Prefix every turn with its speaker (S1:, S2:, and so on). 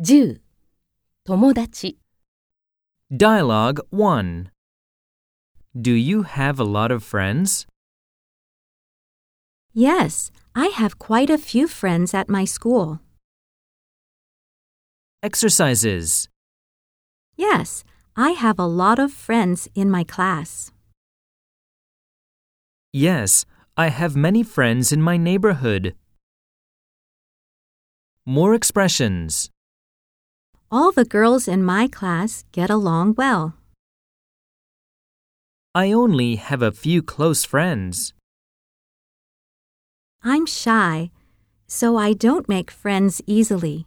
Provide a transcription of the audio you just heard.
S1: 10友達
S2: Dialogue 1 Do you have a lot of friends?
S3: Yes, I have quite a few friends at my school.
S2: Exercises.
S3: Yes, I have a lot of friends in my class.
S2: Yes, I have many friends in my neighborhood. More expressions.
S3: All the girls in my class get along well.
S2: I only have a few close friends.
S3: I'm shy, so I don't make friends easily.